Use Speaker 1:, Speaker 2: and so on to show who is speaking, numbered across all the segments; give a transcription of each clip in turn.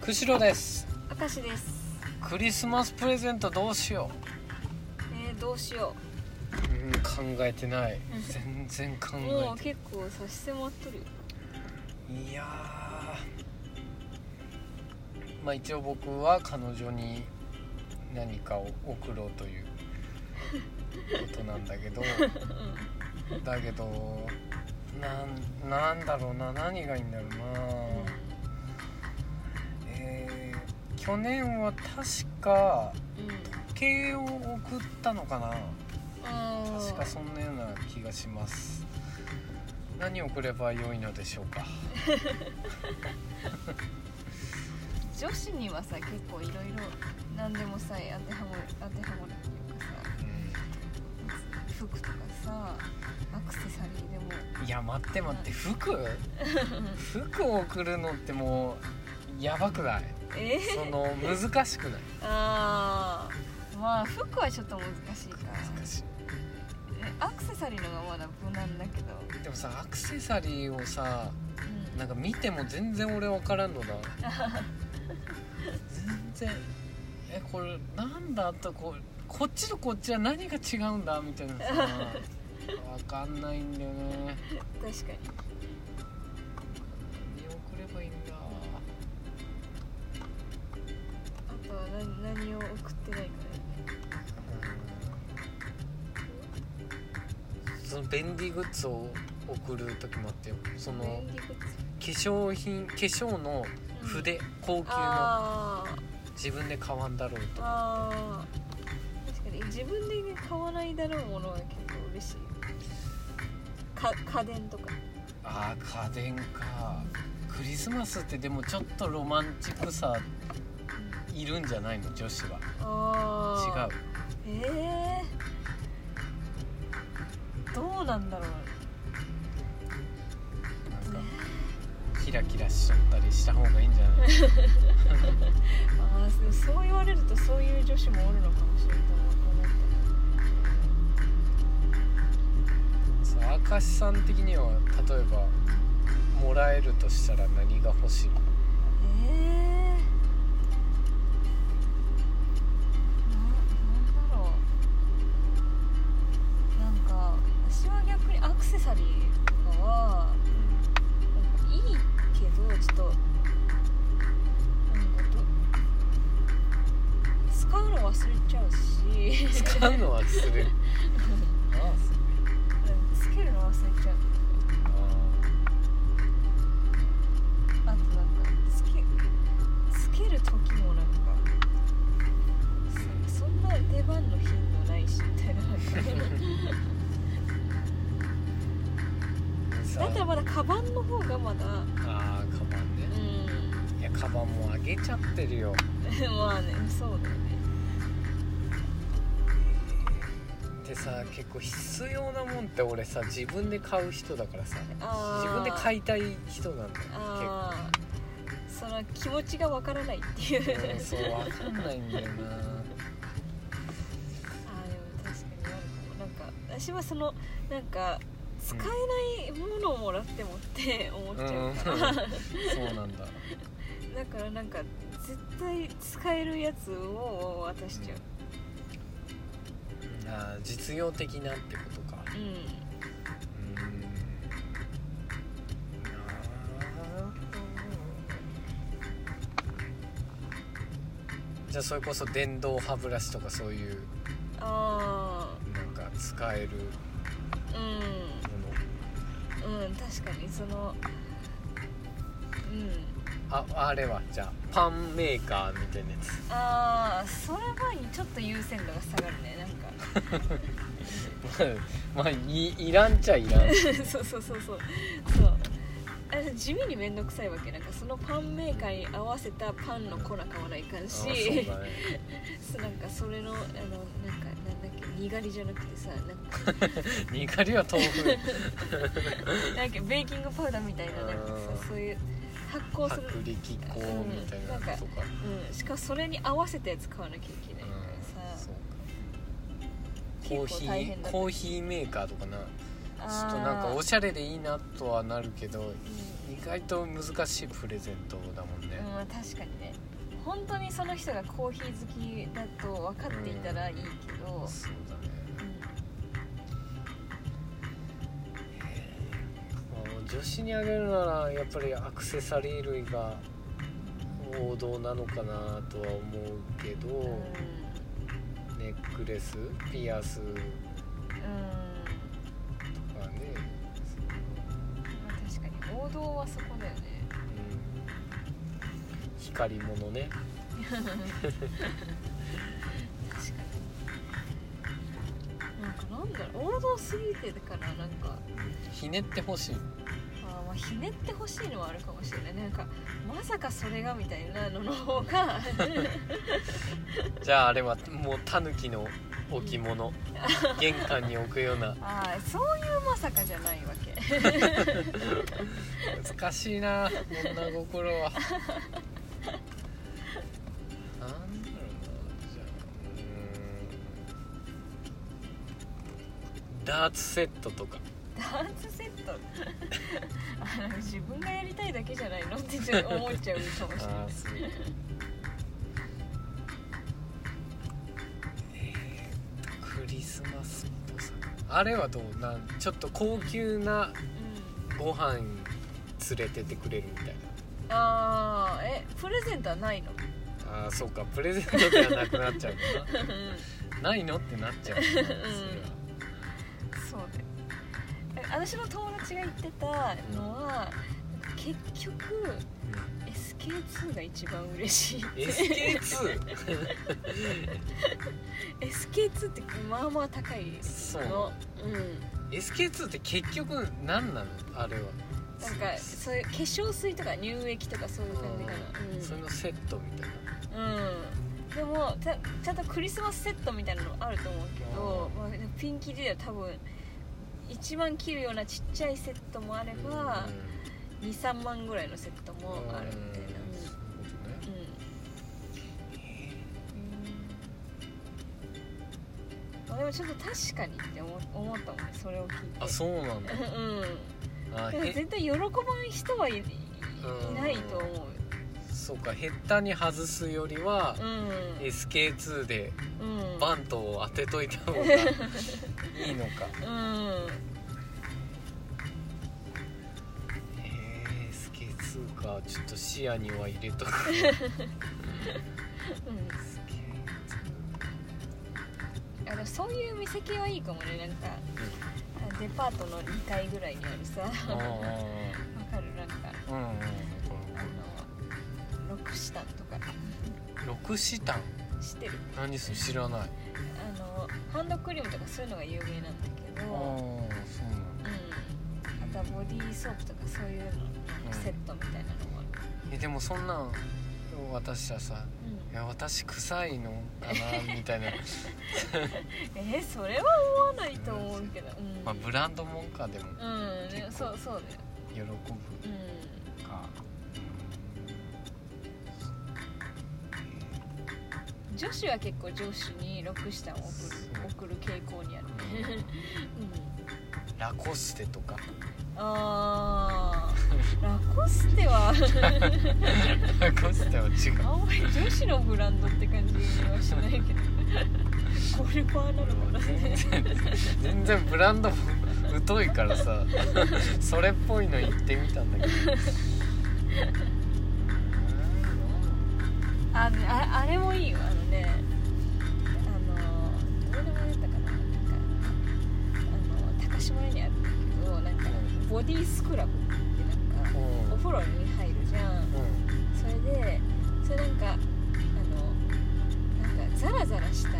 Speaker 1: 釧路です
Speaker 2: 明石です
Speaker 1: クリスマスプレゼントどうしよ
Speaker 2: えー、どうしよ
Speaker 1: う、うん、考えてない全然考
Speaker 2: うもう
Speaker 1: えて
Speaker 2: 結構差し迫っとるよ
Speaker 1: ないいやーまあ一応僕は彼女に何かを送ろうと いうことなんだけどだけどなんなんだろうな何がいいんだろうな、えー去年は確か
Speaker 2: うん
Speaker 1: 時計を送ったのかな
Speaker 2: うん
Speaker 1: 確かそんなような気がします何を送れば良いのでしょうか
Speaker 2: 女子にはさ結構いろいろ何でもさ当てはまる当てはまるっていうかさ服とかさアクセサリーでも
Speaker 1: うんいや待って待って服服を送るのってもうやばくない
Speaker 2: え
Speaker 1: その難しくない
Speaker 2: あーまあ服はちょっと難しいか
Speaker 1: 難し
Speaker 2: えアクセサリーのがまだ無難だけど、
Speaker 1: いでもさアクセサリーをさ
Speaker 2: うん
Speaker 1: なんか見ても全然俺分からんのだ全然えこれなんだとここっちとこっちは何が違うんだみたいなさ分かんないんだよね
Speaker 2: 確か
Speaker 1: 見
Speaker 2: に
Speaker 1: 送ればいいんだ
Speaker 2: あとは何何を送ってないか
Speaker 1: その便利グッズを送る時もあってよそ
Speaker 2: だよ
Speaker 1: の
Speaker 2: ね便利グッズ
Speaker 1: 化粧品化粧の
Speaker 2: うん
Speaker 1: 筆高級の
Speaker 2: あー
Speaker 1: 自分で買わんだろうと
Speaker 2: あー確かに自分で、ね、買わないだろうものは結構嬉しいか家電とか
Speaker 1: あー家電かクリスマスってでもちょっとロマンチックさいるんじゃないの女子は
Speaker 2: あ
Speaker 1: 違う
Speaker 2: 違うえー、どうなんだろう
Speaker 1: なんかキラキラしちゃったりした方がいいんじゃない
Speaker 2: あーでもそう言われるとそういう女子もおるのかもしれないと思
Speaker 1: さあ
Speaker 2: っ
Speaker 1: 明石さん的には例えばもらえるとしたら何が欲しいの
Speaker 2: たええー、ななんだろうなんか私は逆にアクセサリーとかはなんかいいけどちょっとなんかど使うの忘れちゃうし
Speaker 1: 使うのはするああそう
Speaker 2: つけるの忘れちゃう
Speaker 1: あ
Speaker 2: あとなんかつけつける時もなんかそそんな出番の頻度ないしみたいななんか
Speaker 1: ーさ
Speaker 2: だったらまだカバンの方がまだう
Speaker 1: ああカバンね
Speaker 2: ん
Speaker 1: いやカバンもあげちゃってるよ
Speaker 2: まあねそうだよね
Speaker 1: でさ結構必要なもんって俺さ自分で買う人だからさ
Speaker 2: あー
Speaker 1: 自分で買いたい人なんだよ
Speaker 2: ああその気持ちがわからないっていうあー
Speaker 1: 結
Speaker 2: で
Speaker 1: 構うんそうわかんないんだよ な
Speaker 2: も確かにあるかもなんか私はそのなんか使えないものをもらってもって思っちゃうから、
Speaker 1: そうなんだ
Speaker 2: だからなんか絶対使えるやつを渡しちゃう
Speaker 1: あー実用的なってことか
Speaker 2: うん、
Speaker 1: うんなあじゃあそれこそ電動歯ブラシとかそういう
Speaker 2: あ
Speaker 1: なんか使える
Speaker 2: あう
Speaker 1: もの
Speaker 2: んうん確かにそのうん
Speaker 1: ああれはじゃあパンメーカーみたいなやつ
Speaker 2: ああそれ前にちょっと優先度が下がるねなんか
Speaker 1: まあいいらんちゃいらん うん
Speaker 2: そうそうそうそうそうあれ地味に面倒くさいわけなんかそのパンメーカーに合わせたパンの粉買わないかんし
Speaker 1: そうだね
Speaker 2: そうなんかそれのあのなんかなんだっけにがりじゃなくてさなんか
Speaker 1: にがりは豆腐
Speaker 2: なんかベーキングパウダーみたいななんか
Speaker 1: うん
Speaker 2: さそういう発酵する、
Speaker 1: 薄力粉みたいなのとか,、
Speaker 2: うん、しかもそれに合わせたやつ買わなきゃいけないか
Speaker 1: うん
Speaker 2: らさ
Speaker 1: そうコーヒ
Speaker 2: 結構大変
Speaker 1: ー
Speaker 2: だ
Speaker 1: コーヒーメーカーとかなちょ
Speaker 2: あー
Speaker 1: っとなんかおしゃれでいいなとはなるけど
Speaker 2: うん
Speaker 1: 意外と難しいプレゼントだもんね、
Speaker 2: うん確かにね本当にその人がコーヒー好きだと分かっていたらいいけど、
Speaker 1: そうだね、まあ女子にあげるならやっぱりアクセサリー類が王道なのかなとは思うけど、
Speaker 2: うんうん
Speaker 1: ネックレスピアス
Speaker 2: うん
Speaker 1: とかね、
Speaker 2: まあ確かに王道はそこだよね
Speaker 1: うん、光り物ね
Speaker 2: 確かになんかなんだろう王道すぎてるからなんか
Speaker 1: ひねってほしい
Speaker 2: あーまあひねってほしいのはあるかもしれないなんかまさかそれがみたいなのの方 が
Speaker 1: じゃああれはもうタヌキの置物玄関に置くような
Speaker 2: あーそういうまさかじゃないわけ
Speaker 1: 難しいな女心はなんだろうなじゃあうーんダーツセットとか
Speaker 2: ダンスセットあなんか自分がやりたいだけじゃないのってちょっと思っちゃうかもしれない
Speaker 1: あーすごいえーとクリスマスっぽさあれはどうなんちょっと高級な
Speaker 2: うん
Speaker 1: ご飯連れてってくれるみたい
Speaker 2: あーえプレゼントはないの
Speaker 1: なあーそうかプレゼントではなくなっちゃうのなないのってなっちゃうなそれは
Speaker 2: そうだよえ私の友達が言ってたのは結局 SK2 が一番嬉しいっ
Speaker 1: う
Speaker 2: て
Speaker 1: ん SK2
Speaker 2: SK2 ってまあまあ高い
Speaker 1: そう
Speaker 2: のうん
Speaker 1: SK2 って結局何なのあれは
Speaker 2: なんかそういう化粧水とか乳液とかそういう感じか
Speaker 1: うんそれのセットみたいな
Speaker 2: なうん、うん、でもちゃちゃんとクリスマスセットみたいなのあると思うけど、まあ、ピンキリでは多分1万切るようなちっちゃいセットもあれば
Speaker 1: うん
Speaker 2: 23万ぐらいのセットもあるみたいな
Speaker 1: う
Speaker 2: うん、まあ、でもちょっと確かにって思思ったもんねそれを聞いて
Speaker 1: んあそうなんだ
Speaker 2: う
Speaker 1: あ
Speaker 2: んでも
Speaker 1: へ
Speaker 2: 絶対喜ばん人はいい
Speaker 1: うん
Speaker 2: ないと思う
Speaker 1: そうかヘッダーに外すよりは
Speaker 2: うん
Speaker 1: SK2 で
Speaker 2: うん
Speaker 1: バントを当てといた方がい いのか
Speaker 2: うん
Speaker 1: へえ SK2 かちょっと視野には入れとく
Speaker 2: う
Speaker 1: SK2
Speaker 2: ん、あのそういう店系はいいかもねなんかあデパートの2階ぐらいにあるさわ
Speaker 1: ああ
Speaker 2: かるなんか
Speaker 1: うんうん
Speaker 2: あのロクシタンとか
Speaker 1: 六シタン
Speaker 2: 知ってる
Speaker 1: 何それ知らない
Speaker 2: あのハンドクリームとかそういうのが有名なんだけ
Speaker 1: ああ
Speaker 2: ど、
Speaker 1: そうなの
Speaker 2: うん、あとはボディーソープとかそういうののセットみたいなのもある、
Speaker 1: えでもそんなん私はさ「いや私臭いのかな」みたい な
Speaker 2: うんえーそれは思わないと思うけど、うん
Speaker 1: まあブランドもんかでも
Speaker 2: うんでも
Speaker 1: 結
Speaker 2: そ
Speaker 1: 構
Speaker 2: うそうだよ
Speaker 1: 喜ぶ
Speaker 2: う
Speaker 1: か
Speaker 2: ん女子は結構上司にロクシタンを送る送る傾向にある、 うん、
Speaker 1: ラコステとか
Speaker 2: あーラコステは
Speaker 1: ラコステは違う
Speaker 2: あんまり女子のブランドって感じはしない けどゴルファーなのかな
Speaker 1: 全然全然ブランドも疎いからさそれっぽいの言ってみたん だけど
Speaker 2: あねああれもいいよあのねあのどうでもやったかななんかあの高島屋にあるんだけどなんかボディスクラブってなんか
Speaker 1: うん
Speaker 2: お風呂に入るじゃん
Speaker 1: うん
Speaker 2: それでそれなんかあのなんかザラザラした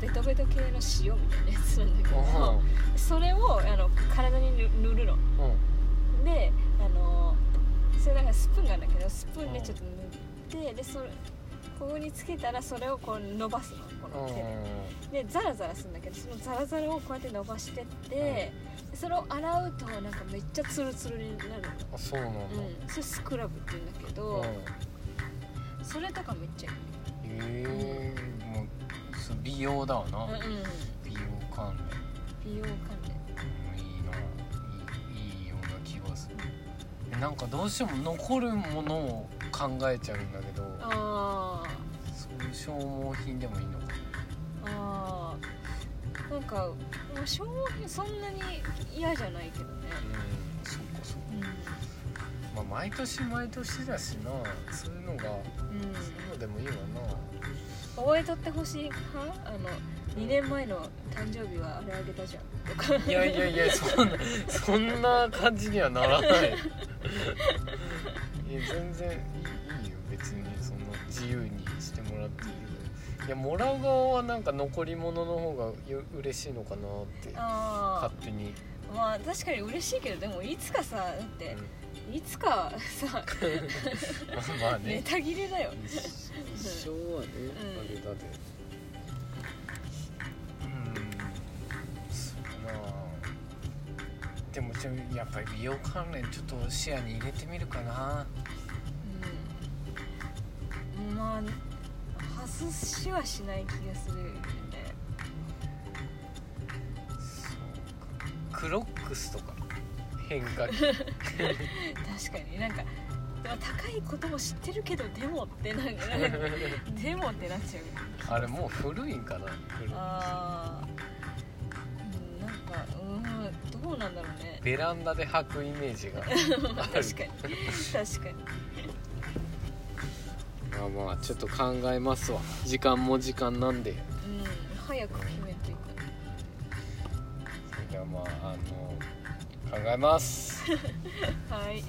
Speaker 2: ベトベト系の塩みたいなやつなんだけどそれをあの体に塗塗るの
Speaker 1: うんうん
Speaker 2: であのそれなんかスプーンがあるんだけどスプーンでちょっと塗ってでそれここにつけたらそれをこう伸ばすのこの手で
Speaker 1: う
Speaker 2: でザラザラするんだけどそのザラザラをこうやって伸ばしてってでそれを洗うとなんかめっちゃツルツルになる
Speaker 1: んあそうなんだ
Speaker 2: の、うん、それスクラブって言うんだけ
Speaker 1: うん
Speaker 2: どそれとかめっちゃいい、
Speaker 1: へえもうそう美容だわな
Speaker 2: うんうん、
Speaker 1: 美容関連
Speaker 2: 美容関連
Speaker 1: うんいいないいいいような気がするなんかどうしても残るものを考えちゃうんだけど
Speaker 2: あー
Speaker 1: そういう消耗品でもいいのか
Speaker 2: あーなんかもう消耗品そんなに嫌じゃないけどね、
Speaker 1: うんそうかそう
Speaker 2: うん
Speaker 1: まあ毎年毎年だしなそういうのが
Speaker 2: うん、
Speaker 1: そういうのでもいいわな
Speaker 2: 覚えとってほしい派あの2年前の誕生日はあれあげたじゃんとか
Speaker 1: いやいやいやそんなそんな感じにはならないいや全然いいいいよ別にその自由にしてもらっていいけどいやもらう側はなんか残り物の方がよ嬉しいのかなって
Speaker 2: あ
Speaker 1: 勝手に、
Speaker 2: あまあ確かに嬉しいけどでもいつかさだって
Speaker 1: う
Speaker 2: いつかさ
Speaker 1: んまあ
Speaker 2: ネ
Speaker 1: ね
Speaker 2: タ切れだよ
Speaker 1: 一生はね、
Speaker 2: うん
Speaker 1: あれだでうんそうだなでもちょやっぱり美容関連ちょっと視野に入れてみるかな
Speaker 2: うんまあ外しはしない気がするよね
Speaker 1: そうかクロックスとか変化球
Speaker 2: 確かになんかまあ高いことも知ってるけどでもって なんかでもってなっちゃう
Speaker 1: あれもう古いんかな古い
Speaker 2: ああうんなんかうんどうなんだろうね
Speaker 1: ベランダで履くイメージが
Speaker 2: 確かに確かに
Speaker 1: まあまあちょっと考えますわ時間も時間なんで
Speaker 2: うん早く決めといた
Speaker 1: それではまああの考えます
Speaker 2: はい